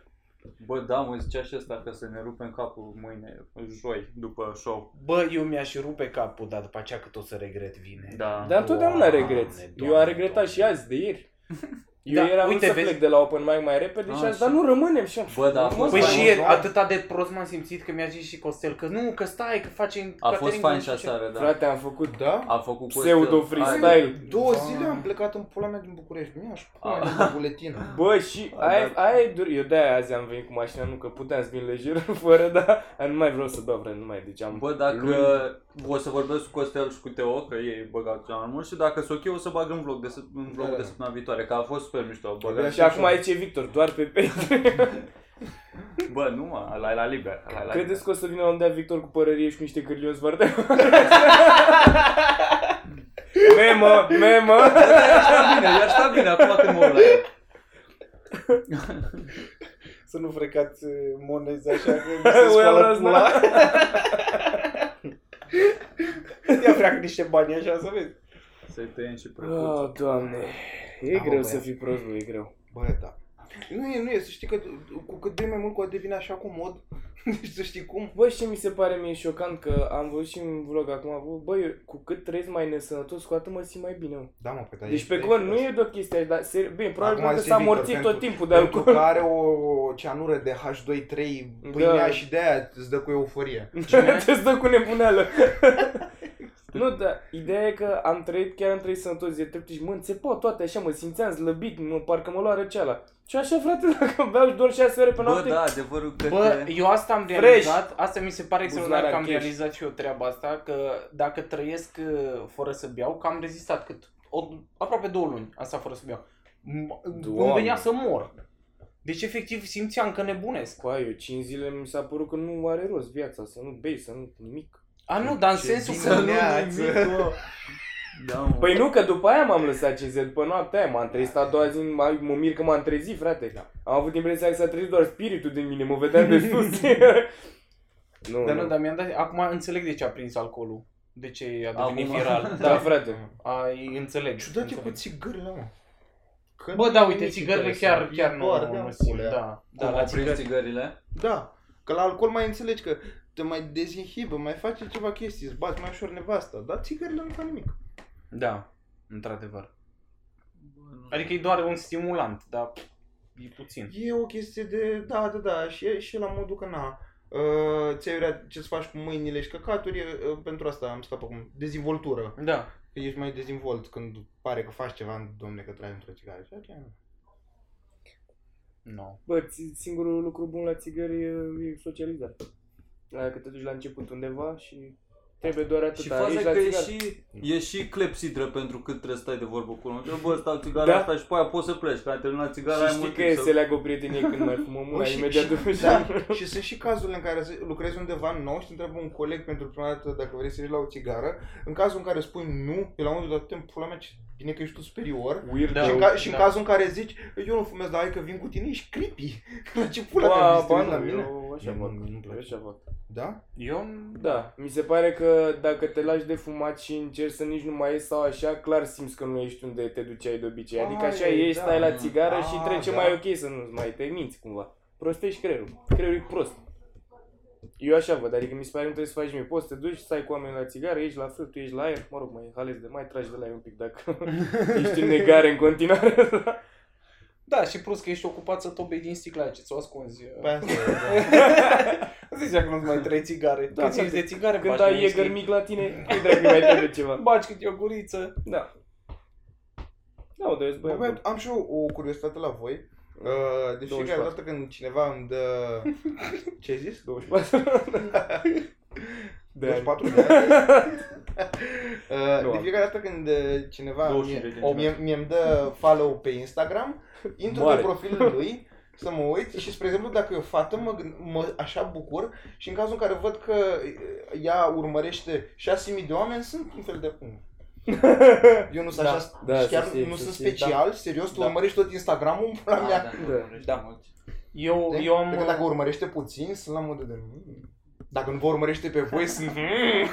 S3: Bă, da, mă zicea și ăsta că să ne rupem capul mâine, joi, după show.
S6: Bă, eu mi-aș rupe capul, dar după aceea cât o să regret vine.
S3: Da.
S2: Dar întotdeauna
S6: Doamne,
S2: regreți. Eu am
S6: Doamne,
S2: regretat
S6: Doamne.
S2: și azi, de ieri. Eu
S6: Da,
S2: eram uite,
S6: uite,
S2: să
S6: vezi-
S2: plec de la open mic mai repede și
S3: Ah,
S2: azi, dar
S3: și-
S2: nu rămânem și am
S3: Bă, da, a
S2: Mă,
S3: fost
S6: Păi
S3: fain.
S6: și e
S4: Doamne.
S6: atâta de prost m-am simțit că mi-a zis și Costel că nu, că stai, că face
S3: A fost
S6: Caterin, că nu
S3: fain și
S6: știu ce.
S3: aseară, da.
S2: Frate, am făcut
S4: Da?
S3: A făcut cu
S2: pseudo
S3: ăsta-
S2: freestyle.
S4: Două
S6: Vai.
S4: zile am plecat în pula mea din București. Nu aș
S6: Ah.
S3: A.
S4: pune de buletin.
S2: Bă, și
S3: A,
S2: aia,
S3: da.
S2: aia e dur. Eu de-aia azi am venit cu mașina, nu că puteam să vin lejer fără, dar nu mai vreau să beau, frate, nu mai, deci am...
S3: Bă, dacă
S2: luni-
S3: o să vorbesc cu Costel și cu Teo, că ei băgau cel mai mult și dacă sunt ok, o să bag în vlog de, săp- în vlog
S4: Da.
S3: de săptămâna viitoare, că a fost super mișto. Bă,
S4: Abia
S3: dar-
S2: Și acum aici e Victor, doar pe Patreon.
S3: bă nu mă, la la liber. ăla e la da.
S2: Credeți că o să vină la un dea Victor cu părărie și cu niște cârlion sparte? memă, memă!
S3: liber. bine, i-ar sta bine acum când mă uit la el.
S6: Să nu frecați uh, monezi așa că
S2: Ui,
S6: se scoală
S2: am
S6: pula. Ia freacă niște bani așa să vezi.
S3: Să-i tăiem și prăcuță.
S2: Oh, doamne. E
S4: Da, mă,
S2: greu să
S4: băiat.
S2: fii prost, bă, e greu.
S4: Bă, da.
S6: Nu e, nu e, să știi că cu cât bei mai mult, cu a devine așa cu mod. Deci să știi cum.
S2: Bă, și mi se pare mie șocant că am văzut și în vlog acum, bă, bă, eu, cu cât trăiesc mai nesănătos, cu atât mă simt mai bine, mă.
S4: Da, mă, pe tăi-
S2: Deci pe
S4: tăi-
S2: cont nu e de o chestie, dar seri... bine, probabil
S4: Acum
S2: că
S4: zice
S2: s-a
S4: Victor,
S2: morțit
S4: pentru-
S2: tot timpul de
S4: Pentru
S2: alcool.
S4: că are o ceanură de H2-3 pâinea
S2: Da.
S4: și de aia îți dă cu euforie.
S2: Te stă cu nebuneală. nu, dar ideea e că am trăit, chiar am trăit sănătos de trept și mă înțepau toate așa, mă simțeam slăbit, mă, parcă mă lua răceala. Și așa, frate, dacă beau doar 6 ore pe
S3: Bă,
S2: noapte,
S3: da, adevărul că
S6: Bă,
S3: te...
S6: eu asta am
S2: Fresh.
S6: realizat, asta mi se pare extraordinar că
S2: Buzunarea în
S6: am
S2: cash.
S6: realizat și eu treaba asta, că dacă trăiesc uh, fără să beau, că am rezistat cât? O, aproape două luni, asta fără să beau. M- Îmi
S2: Doamne.
S6: venea să mor. Deci efectiv simțeam că nebunesc.
S2: Coa, eu 5 zile mi s-a părut că nu are rost viața, să nu bei, să nu nimic.
S6: A, nu, dar în
S4: Ce
S6: sensul
S4: bine.
S6: că...
S3: Să nu nimic, bă. Da, mă.
S2: Păi nu, că după aia m-am lăsat 5 zile, după noaptea aia, m-am trezit a doua zi, m-am- mă mir că m-am trezit, frate.
S4: Da.
S2: Am avut impresia că s-a trezit doar spiritul din mine, mă vedeam de sus. nu,
S6: Dar nu,
S2: nu. da.
S6: dar mi-am dat... Acum înțeleg de ce a prins alcoolul. De ce a devenit
S3: Acum.
S6: viral.
S2: Da,
S6: Da,
S2: frate.
S6: ai înțeleg.
S4: Ciudat e
S6: înțeleg.
S4: cu țigările, mă. Că
S6: Bă, da, uite,
S4: nimic
S6: țigările
S4: interesant.
S6: chiar, chiar
S4: E
S6: nu,
S4: doar
S6: nu,
S4: de
S6: nu
S4: ampule,
S6: simt, da.
S3: Cum
S6: Da, la
S3: opriți
S6: țigări.
S3: țigările?
S4: Da, că la alcool mai înțelegi că te mai dezinhibă, mai face ceva chestii, îți bați mai ușor nevasta, dar țigările nu fac nimic.
S6: Da, într-adevăr.
S3: Bă, nu.
S6: Adică e doar un stimulant, dar e puțin.
S4: E o chestie de, da, da, da, și, e- și la modul că na, uh, ți-ai vrea ce-ți faci cu mâinile și căcaturi, uh, pentru asta am scapă cum, dezvoltură.
S6: Da.
S4: Că ești mai dezvolt când pare că faci ceva, domne, că tragi într-o țigară. Și așa,
S6: Nu.
S2: Bă, ți- singurul lucru bun la țigări e e socializarea. Dacă te duci la început undeva și trebuie doar atâta.
S3: Și faza
S2: Ești la
S3: că Da, e
S2: țigară.
S3: și, e și clepsidră pentru cât trebuie să stai de vorbă cu unul. Bă, stau țigara
S2: Da.
S3: asta și pe aia poți să pleci. Că ai terminat țigara,
S2: Și
S3: ai
S2: știi
S3: mult
S2: că
S3: timp
S2: e,
S3: să...
S2: se leagă o prietenie când mai fumă
S4: Bă,
S2: mâna
S4: și-
S2: imediat
S4: și-
S2: după ce...
S4: da, și sunt și cazurile în care se- lucrezi undeva nou și te întreabă un coleg pentru prima dată dacă vrei să ieși la o țigară. În cazul în care spui nu, e la unul de timp, pula mea, ce bine că ești tu superior.
S2: Weird.
S6: Da.
S4: și în,
S2: Da.
S4: ca- și în
S6: da.
S4: cazul în care zici, eu nu fumez, dar hai că vin cu tine, ești creepy. La ce pula mea
S2: Ba,
S4: vii să te
S2: ba,
S4: uiți la
S2: nu,
S4: mine?
S2: eu așa
S4: Da,
S2: fac.
S4: nu, nu-mi place.
S2: Eu așa fac.
S4: Da?
S6: Eu?
S2: Da, mi se pare că dacă te lași de fumat și încerci să nici nu mai ieși sau așa, clar simți că nu ești unde te duceai de obicei. Adică așa
S4: Ai,
S2: ieși,
S4: da.
S2: stai la țigară
S4: A,
S2: și trece
S4: da.
S2: mai ok să nu mai te minți cumva. Prostești creierul. Creierul e prost. Eu așa văd, adică mi se pare că nu trebuie să faci nimic. Poți să te duci, stai cu oameni la țigară, ești la fel, tu ești la aer, mă rog, mai ales de mai tragi de la aer un pic dacă ești în negare în continuare.
S6: Da, și plus că ești ocupat să tobei din sticla ce ți-o ascunzi.
S4: Păi asta e, da.
S6: Zicea că nu-ți mai trei țigare. Da, Când
S2: frate.
S6: ieși de țigare,
S2: Când
S6: bagi
S2: ai
S6: un stick,
S2: iegăr mic la tine, îi dracu mai trebuie ceva.
S6: Bagi câte o guriță.
S2: Da. Da, mă, trebuie să
S4: Bă,
S2: băi,
S4: băi, am și eu o curiozitate la voi. Uh, de fiecare
S2: 24.
S4: dată când cineva îmi dă... Ce ai zis? 24
S2: de ani.
S4: 24 de ani? Uh,
S2: Nu
S4: de
S2: am.
S4: fiecare dată când uh, cineva
S3: 25
S4: mie-
S3: de
S4: o-
S3: ani.
S4: mie- mie îmi dă follow pe Instagram, intru pe
S2: Mare.
S4: profilul lui să mă uit și, spre exemplu, dacă e o fată, mă, gând- mă așa bucur și în cazul în care văd că uh, ea urmărește 6.000 de oameni, sunt un fel de... mm. Eu nu sunt
S6: Da.
S4: așa,
S2: Da,
S4: și chiar
S2: să știi,
S4: nu
S2: să
S4: sunt
S2: știi, da.
S4: special, serios, tu
S6: Da.
S4: urmărești tot Instagramul, pula mea,
S6: Da.
S3: Da.
S6: Eu,
S4: de-
S6: eu am... uh,
S4: Cred că dacă urmărește puțin, sunt la modul de... "Mm." Dacă nu vă urmărește pe voi, sunt... "Mm."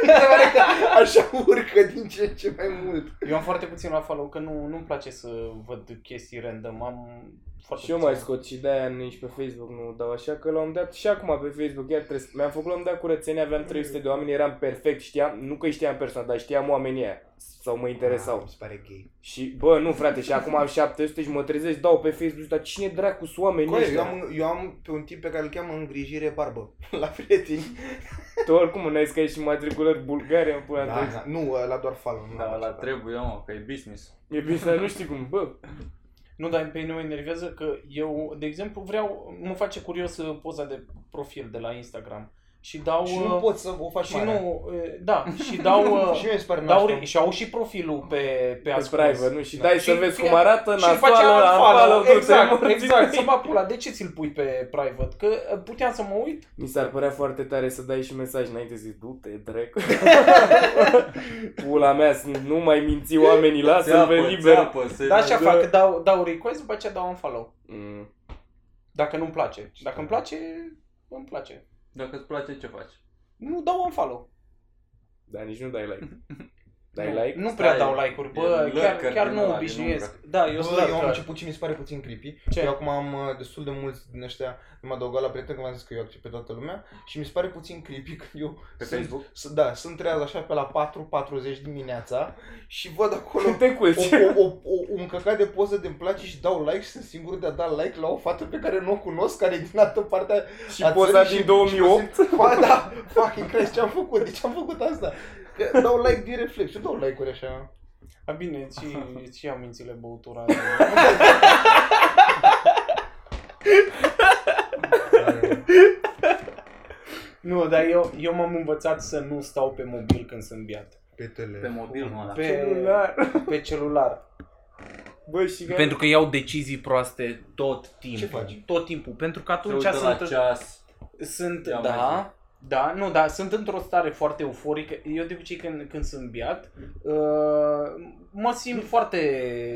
S4: Se pare că Așa urcă din ce în ce mai mult.
S6: Eu am foarte puțin la follow, că nu, nu-mi place să văd chestii random. Am foarte
S2: Și eu
S6: puțin.
S2: mai scot și de-aia nici pe Facebook nu dau așa că la un moment dat și acum pe Facebook chiar trebuie să- Mi-am făcut la un moment dat curățenie, aveam 300 de oameni, eram perfect, știam, nu că îi știam persoana, dar știam oamenii aia sau mă interesau.
S4: Mi se pare gay.
S2: Și bă, nu frate, și acum am 700 și mă trezesc, dau pe Facebook, dar cine dracu sunt oamenii
S4: Coie, eu
S2: ăștia?
S4: am, eu am pe un tip pe care îl cheamă îngrijire barbă la prieteni.
S2: Tu oricum n-ai zis că ești matriculări bulgare, în pula
S4: Da,
S2: da.
S4: da, nu, la doar follow. nu
S3: Da,
S4: am
S3: la
S4: acceptat.
S3: trebuie, mă, că e business.
S2: E bine să nu știi cum, bă,
S6: Nu, dar pe mine mă enervează că eu, de exemplu, vreau... Mă face curios uh, poza de profil de la Instagram. Și dau...
S4: Și
S6: uh,
S4: nu pot să o faci
S6: și
S4: mare.
S6: nu, uh, da, și dau, uh,
S4: Și mie mi se pare
S6: Dau,
S4: nașpa.
S6: și au și profilul pe, pe,
S2: pe
S6: ascuns.
S2: private, nu? Și
S4: Da.
S2: dai să
S6: Și
S2: vezi
S6: fie-
S2: cum arată,
S6: Și după aceea
S2: nasoală,
S6: unfollow,
S2: unfollow,
S6: exact,
S2: du-te,
S6: exact, să mă pula, de ce ți-l pui pe private? Că uh, puteam să mă uit?
S2: Mi s-ar părea foarte tare să dai și mesaj înainte să zici, du-te, dracu. Pula mea, să nu mai minți oamenii, lasă-l pe liber.
S3: țeapă, se
S6: Da, așa
S3: da.
S6: fac, că dau, dau request, după aceea dau unfollow.
S2: Mm.
S6: Dacă nu-mi place. Și Dacă îmi place, îmi place.
S3: Dacă îți place, ce faci?
S6: Nu dau unfollow.
S2: Dar nici nu dai like. Dai like?
S6: Nu prea
S3: Stai,
S6: dau like-uri,
S3: e
S6: bă, chiar,
S3: lurker
S6: chiar
S3: din
S6: nu
S3: ăla,
S6: obișnuiesc. Da, eu sunt
S4: Bă, eu am
S6: lurker.
S4: început și mi se pare puțin creepy.
S6: Ce?
S4: Eu acum am uh, destul de mulți din ăștia, mi-am adăugat la prieten că mi-am zis că eu accept pe toată lumea și mi se pare puțin creepy că eu
S3: Pe
S4: sunt,
S3: Facebook?
S4: s- da, sunt treaz așa pe la 4.40 dimineața și văd acolo
S2: Când te culci.
S4: o, o, o, o, un căcat de poză de-mi place și dau like și sunt singurul de a da like la o fată pe care nu o cunosc, care e din altă parte a
S2: Și poza
S4: țării
S2: din
S4: și
S2: 2008.
S4: mă simt, Ba da, fucking Christ, ce-am făcut? De ce am făcut asta? Că dau like din reflex, eu dau like-uri așa.
S6: A, bine, și, și am mințile băutura. nu, dar eu, eu m-am învățat să nu stau pe mobil când sunt beat.
S4: Pe
S3: Pe
S4: tele.
S3: mobil, da. nu ăla.
S6: Pe
S2: Celular.
S6: Pe celular.
S2: Bă, și că...
S6: Pentru că iau decizii proaste tot timpul.
S4: Ce faci?
S6: Tot timpul. Pentru că
S3: Se
S6: atunci
S3: uită la
S6: sunt...
S3: ceas.
S6: Sunt,
S3: Ia mai
S6: da, da, nu, da, sunt într-o stare foarte euforică. Eu de obicei când, când sunt biat, uh, mă simt foarte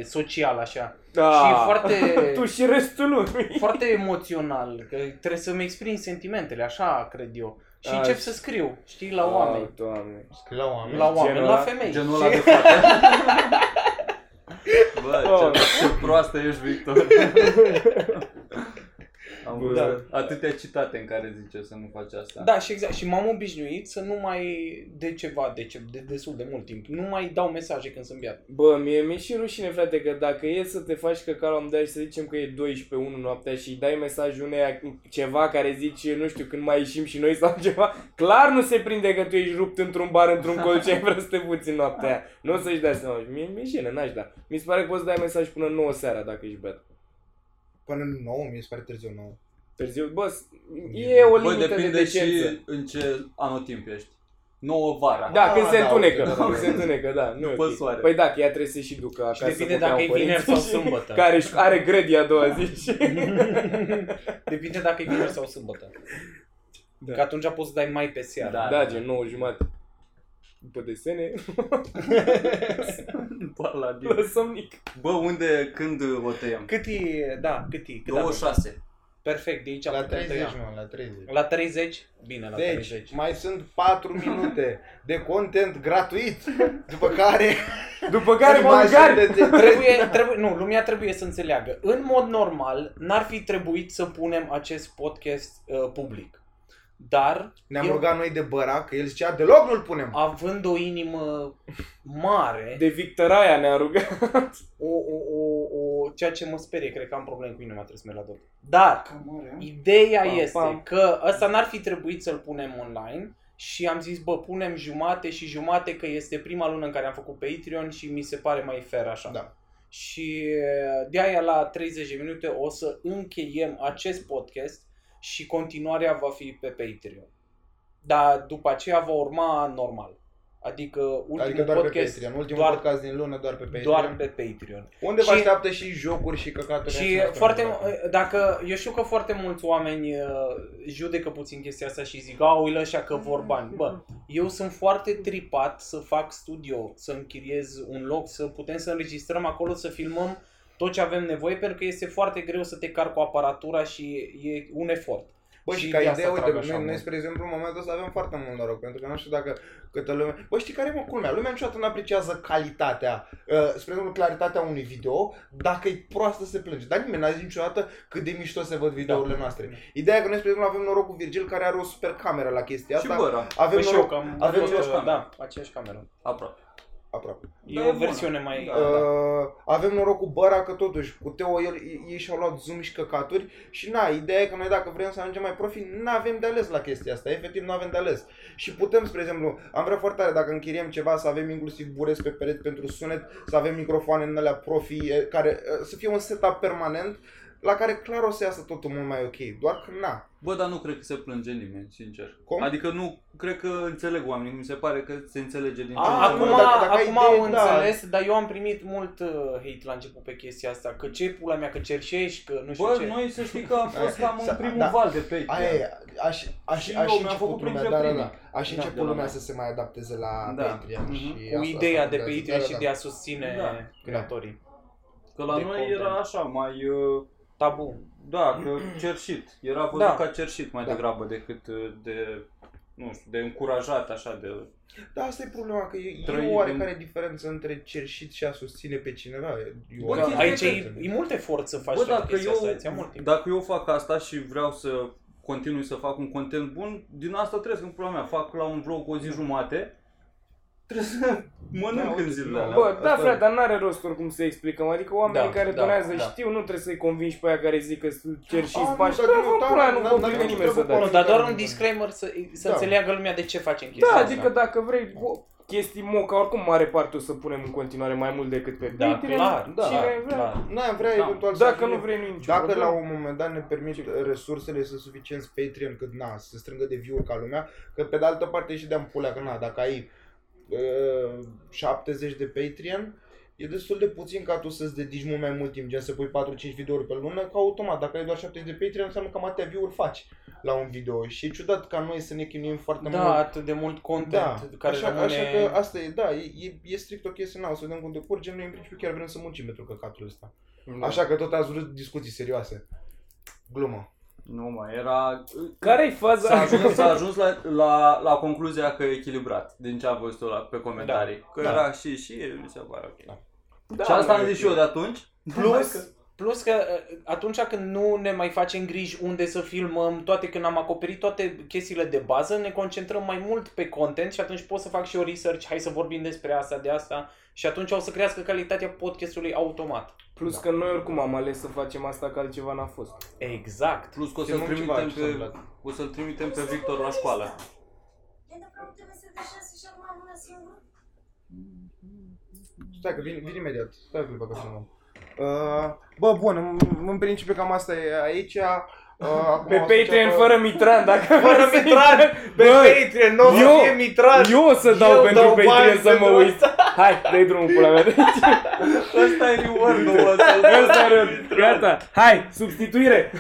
S6: social așa
S2: Da.
S6: și foarte-
S2: tu și restul lumii.
S6: foarte emoțional, că trebuie să-mi exprim sentimentele, așa cred eu. Și
S2: Ai.
S6: încep să scriu, știi, la oameni.
S2: doamne.
S4: Scrie la oameni.
S6: La oameni,
S2: Genul
S6: la
S2: ăla-
S6: femei.
S3: Genul ăla
S6: Și-
S3: de fată. Bă, ce, ce proastă ești, Victor. Am
S2: Bă,
S3: văzut atâtea citate în care zice să nu faci asta.
S6: Da, și exact. Și m-am obișnuit să nu mai de ceva, de, ce, de destul de mult timp. Nu mai dau mesaje când sunt biat.
S2: Bă, mie mi-e și rușine, frate, că dacă e să te faci căcat la un moment dat și să zicem că e 12 1 noaptea și îi dai mesaj uneia ceva care zici, nu știu, când mai ieșim și noi sau ceva, clar nu se prinde că tu ești rupt într-un bar, într-un colț și ai vrea să te puțin noaptea aia. Nu o să-și dea seama. Și Mie mi-e jenă, n-aș da. Mi se pare că poți să dai mesaj până 9 seara dacă ești beat.
S4: Până în 9, mi se pare târziu 9.
S2: Târziu, bă, s- e o
S3: Bă,
S2: limită de
S3: depinde
S2: decență.
S3: și în ce anotimp ești. 9 vara.
S2: Da, când
S4: Ah,
S2: se
S4: da,
S2: întunecă,
S4: uite, da,
S2: când
S4: da.
S2: se întunecă, da, nu e
S3: După
S2: ok.
S3: soare.
S2: Păi da, că ea trebuie să și ducă
S6: Și
S2: acasă
S6: depinde
S2: cu
S6: dacă e
S2: părinții
S6: vineri sau
S2: și-
S6: sâmbătă.
S2: Care își- are grădii a doua zi și...
S6: Depinde dacă e vineri sau sâmbătă.
S2: Da.
S6: Că atunci poți să dai mai pe seară.
S3: Da,
S2: Da, gen 9 jumate. După desene,
S3: Paladin.
S2: lăsăm mic.
S3: Bă, unde, când uh, o tăiem?
S6: Cât e, da, cât e? Cât avem?
S3: 26.
S6: Perfect, de aici
S4: La
S6: putem
S4: 30,
S6: tăia.
S2: Da.
S4: mă, la 30.
S6: La 30? Bine, la
S4: Deci,
S6: 30.
S4: mai sunt 4 minute de content gratuit, după care... Deci
S2: După care
S4: imagine
S2: bulgari!
S4: de de-
S6: Trebuie, trebuie, nu, lumea trebuie să înțeleagă. În mod normal, n-ar fi trebuit să punem acest podcast uh, public. Dar,
S4: Ne-am
S6: Eu-
S4: rugat noi de băra, că el zicea, deloc nu-l punem.
S6: având o inimă mare,
S2: De Victoraia ne-a rugat.
S6: o, o, o, o, ceea ce mă sperie, cred că am probleme cu inima, trebuie să merg la doctor. Dar, Ideea
S2: Pam,
S6: pam, este
S2: pam.
S6: pam. că ăsta n-ar fi trebuit să-l punem online și am zis, bă, punem jumate și jumate că este prima lună în care am făcut Patreon și mi se pare mai fair așa.
S4: Da.
S6: Și uh, de aia la 30 de minute o să încheiem acest podcast și continuarea va fi pe Patreon. Dar după aceea va urma normal. Adică ultimul
S4: Adică doar pe
S6: podcast
S4: Patreon, ultimul
S6: doar-
S4: podcast din lună doar pe Patreon.
S6: doar pe Patreon.
S4: Unde vă
S6: și-
S4: așteaptă și jocuri și căcaturi.
S6: Și
S4: Hai să
S6: foarte,
S4: ne spun.
S6: dacă, eu știu că foarte mulți oameni uh, judecă puțin chestia asta și zic, au, uile așa că vor bani. Bă, eu sunt foarte tripat să fac studio, să închiriez un loc, să putem să înregistrăm acolo, să filmăm tot ce avem nevoie, pentru că este foarte greu să te car cu aparatura și e un efort.
S4: Bă, și,
S6: și
S4: ca
S6: de asta
S4: idee, uite,
S6: trag așa
S4: noi, noi,
S6: mult.
S4: spre exemplu, în momentul ăsta avem foarte mult noroc, pentru că nu știu dacă câtă lume... Bă, știi care e mă culmea? Lumea niciodată nu apreciază calitatea, uh, spre exemplu, claritatea unui video, dacă e proastă se plânge. Dar nimeni n-a zis niciodată cât de mișto se văd videourile
S6: Da.
S4: noastre.
S6: Păi
S4: Ideea e că noi, spre exemplu, avem noroc cu Virgil, care are o super cameră la chestia
S3: Și
S4: asta.
S3: băra,
S4: avem
S6: Păi și eu
S4: noroc...
S6: că am
S4: avem
S6: fost,
S3: aceeași
S6: uh,
S3: cameră.
S6: da, aceeași cameră.
S3: aproape.
S4: Aproape.
S6: E
S3: Da,
S6: o
S3: bună.
S6: versiune mai...
S3: Da.
S6: da.
S4: Uh, avem noroc cu Băra că totuși cu Teo el, ei- ei și-au luat zoom și căcaturi și na, ideea e că noi dacă vrem să ajungem mai profi, nu avem de ales la chestia asta, efectiv nu avem de ales. Și putem, spre exemplu, am vrea foarte tare dacă închiriem ceva să avem inclusiv bureți pe pereți pentru sunet, să avem microfoane în alea profi, e, care, e, să fie un setup permanent la care clar o să iasă totul mult mai ok, doar că na.
S3: Bă, dar nu cred că se plânge nimeni, sincer.
S4: Cum?
S3: Adică nu, cred că înțeleg oamenii, mi se pare că se înțelege din ce în
S6: A,
S3: ce
S6: acum
S3: mai-
S4: Ah, dacă- dacă ai
S6: acum
S4: idee,
S6: au
S4: da.
S6: înțeles, dar eu am primit mult uh, hate la început pe chestia asta, că ce pula mea, că cerșești, că nu știu
S3: Bă,
S6: ce.
S3: noi să știi că am fost
S4: Aia,
S3: cam
S4: sa-
S3: în primul
S4: da.
S3: val de pe
S4: Aia e, aș, aș,
S3: Și
S4: aș,
S3: eu mi-am
S4: început
S3: făcut
S4: lumea, da,
S3: printre
S4: da, da,
S3: primii.
S4: aș
S3: Da, de
S4: început
S3: la
S4: lumea
S3: noi.
S4: să se mai adapteze la
S3: Da.
S4: Patreon
S3: Mhm.
S4: și
S6: cu
S4: asta-
S6: ideea
S4: asta
S6: de pe
S4: contează.
S6: Patreon
S4: Da,
S6: și
S4: da,
S6: de a susține
S3: Da.
S6: creatorii.
S3: Că la
S6: de
S3: noi
S6: content.
S3: era așa, mai... uh,
S6: Tabu.
S3: Da, că cerșit. Era văzut
S2: Da.
S3: ca cerșit mai
S4: Da.
S3: degrabă decât uh, de nu știu, de încurajat așa de...
S4: Dar asta e problema, că e, e
S3: Trăim.
S4: o oarecare diferență între cerșit și a susține pe cineva. E o
S3: Bă,
S4: oarecare
S3: da,
S6: Aici e,
S4: diferență.
S6: e mult efort să faci
S3: Bă,
S6: toată
S3: dacă
S6: chestia asta, îți ia
S3: eu,
S6: mult timp.
S3: dacă eu fac asta și vreau să continui să fac un content bun, din asta trăiesc în pula mea. Fac la un vlog o zi jumate, trebuie să
S4: Da,
S3: mănânc
S4: uite,
S3: în zilele
S4: da,
S3: alea.
S2: Bă, da,
S4: asta-
S2: frate, dar n-are rost oricum să explicăm. Adică oamenii
S6: Da,
S2: care
S6: da,
S2: donează
S6: da.
S2: știu, nu trebuie să-i convingi pe aia care zic că cer și
S4: A, nu,
S2: spași.
S4: dar
S2: Da,
S4: nu,
S2: vă
S4: da,
S2: pula,
S4: da,
S2: nu
S4: da,
S2: convine
S4: dacă
S2: nimeni
S4: trebuie
S2: să
S4: cu
S2: dea.
S6: Nu, dar doar un disclaimer să, să
S4: Da.
S6: înțeleagă lumea de ce facem chestia
S2: Da,
S6: asta.
S2: adică dacă vrei, bă, chestii moca, oricum mare parte o să punem în continuare mai mult decât pe
S6: Da,
S2: Patreon.
S6: clar, da,
S2: Cine vrea.
S6: clar.
S4: N-ai vrea
S6: Da.
S4: eventual să
S2: Dacă
S4: fie-
S2: nu vrei, nu e nicio
S4: Dacă la
S2: problemă.
S4: un moment dat ne permit resursele să suficienți Patreon cât na, să se strângă de view ca lumea, că pe de altă parte e și de-am pulea că na, dacă ai uh, 70 de Patreon, e destul de puțin ca tu să-ți dedici mult mai mult timp, gen să pui 4-5 videouri pe lună, ca automat, dacă ai doar 70 de Patreon, înseamnă că atâtea view-uri faci la un video și e ciudat ca noi să ne chinuim foarte
S6: Da,
S4: mult.
S6: atât de mult content care
S4: Da, așa,
S6: rămâne...
S4: așa că asta e, da, e, e, e strict o chestie, na, o să vedem cum decurge, noi în principiu chiar vrem să muncim pentru căcatul ăsta.
S6: Da.
S4: Așa că tot ați vrut discuții serioase. Glumă.
S3: Nu mai era...
S2: Care-i
S3: S-a
S2: faza?
S3: ajuns, s-a ajuns la, la, la concluzia că e echilibrat, din ce am văzut eu la, pe comentarii. Da. Că
S4: Da.
S3: era și și e, mi se pare ok. Da.
S2: Da,
S3: și asta
S2: mă,
S3: am zis și eu de atunci. Numai că-
S6: Plus, plus că uh, atunci când nu ne mai facem griji unde să filmăm, toate când am acoperit toate chestiile de bază, ne concentrăm mai mult pe content și atunci pot să fac și o research, hai să vorbim despre asta, de asta și atunci o să crească calitatea podcastului automat.
S2: da. Plus că noi oricum am ales să facem asta că altceva n-a fost.
S6: Exact.
S3: plus că o să-l
S4: Filmăm ceva
S3: trimitem,
S4: ce s-a
S3: pe,
S4: întâmplat.
S3: o să-l trimitem pe Victor la școală.
S7: Это правда, мы совершенно шарман у нас его.
S4: Stai că vin, vin imediat. Stai că băgă să nu.
S8: Uh,
S4: Bă, bun, în, în principiu cam asta e aici. Uh, acum
S2: Pe
S4: o să
S2: Patreon
S4: înceapă-
S2: fără mitran, dacă
S6: Fără mitran, pe
S2: Bă,
S6: Patreon, nu o să
S2: eu-
S6: fie mitran.
S2: Eu o să dau
S6: Eu
S2: pentru
S6: dau
S2: Patreon
S6: bani
S2: să mă
S6: pentru
S2: uit. Hai, dai drumul pula mea.
S3: Ăsta e reward-ul ăsta.
S2: Gata, gata. Hai, substituire.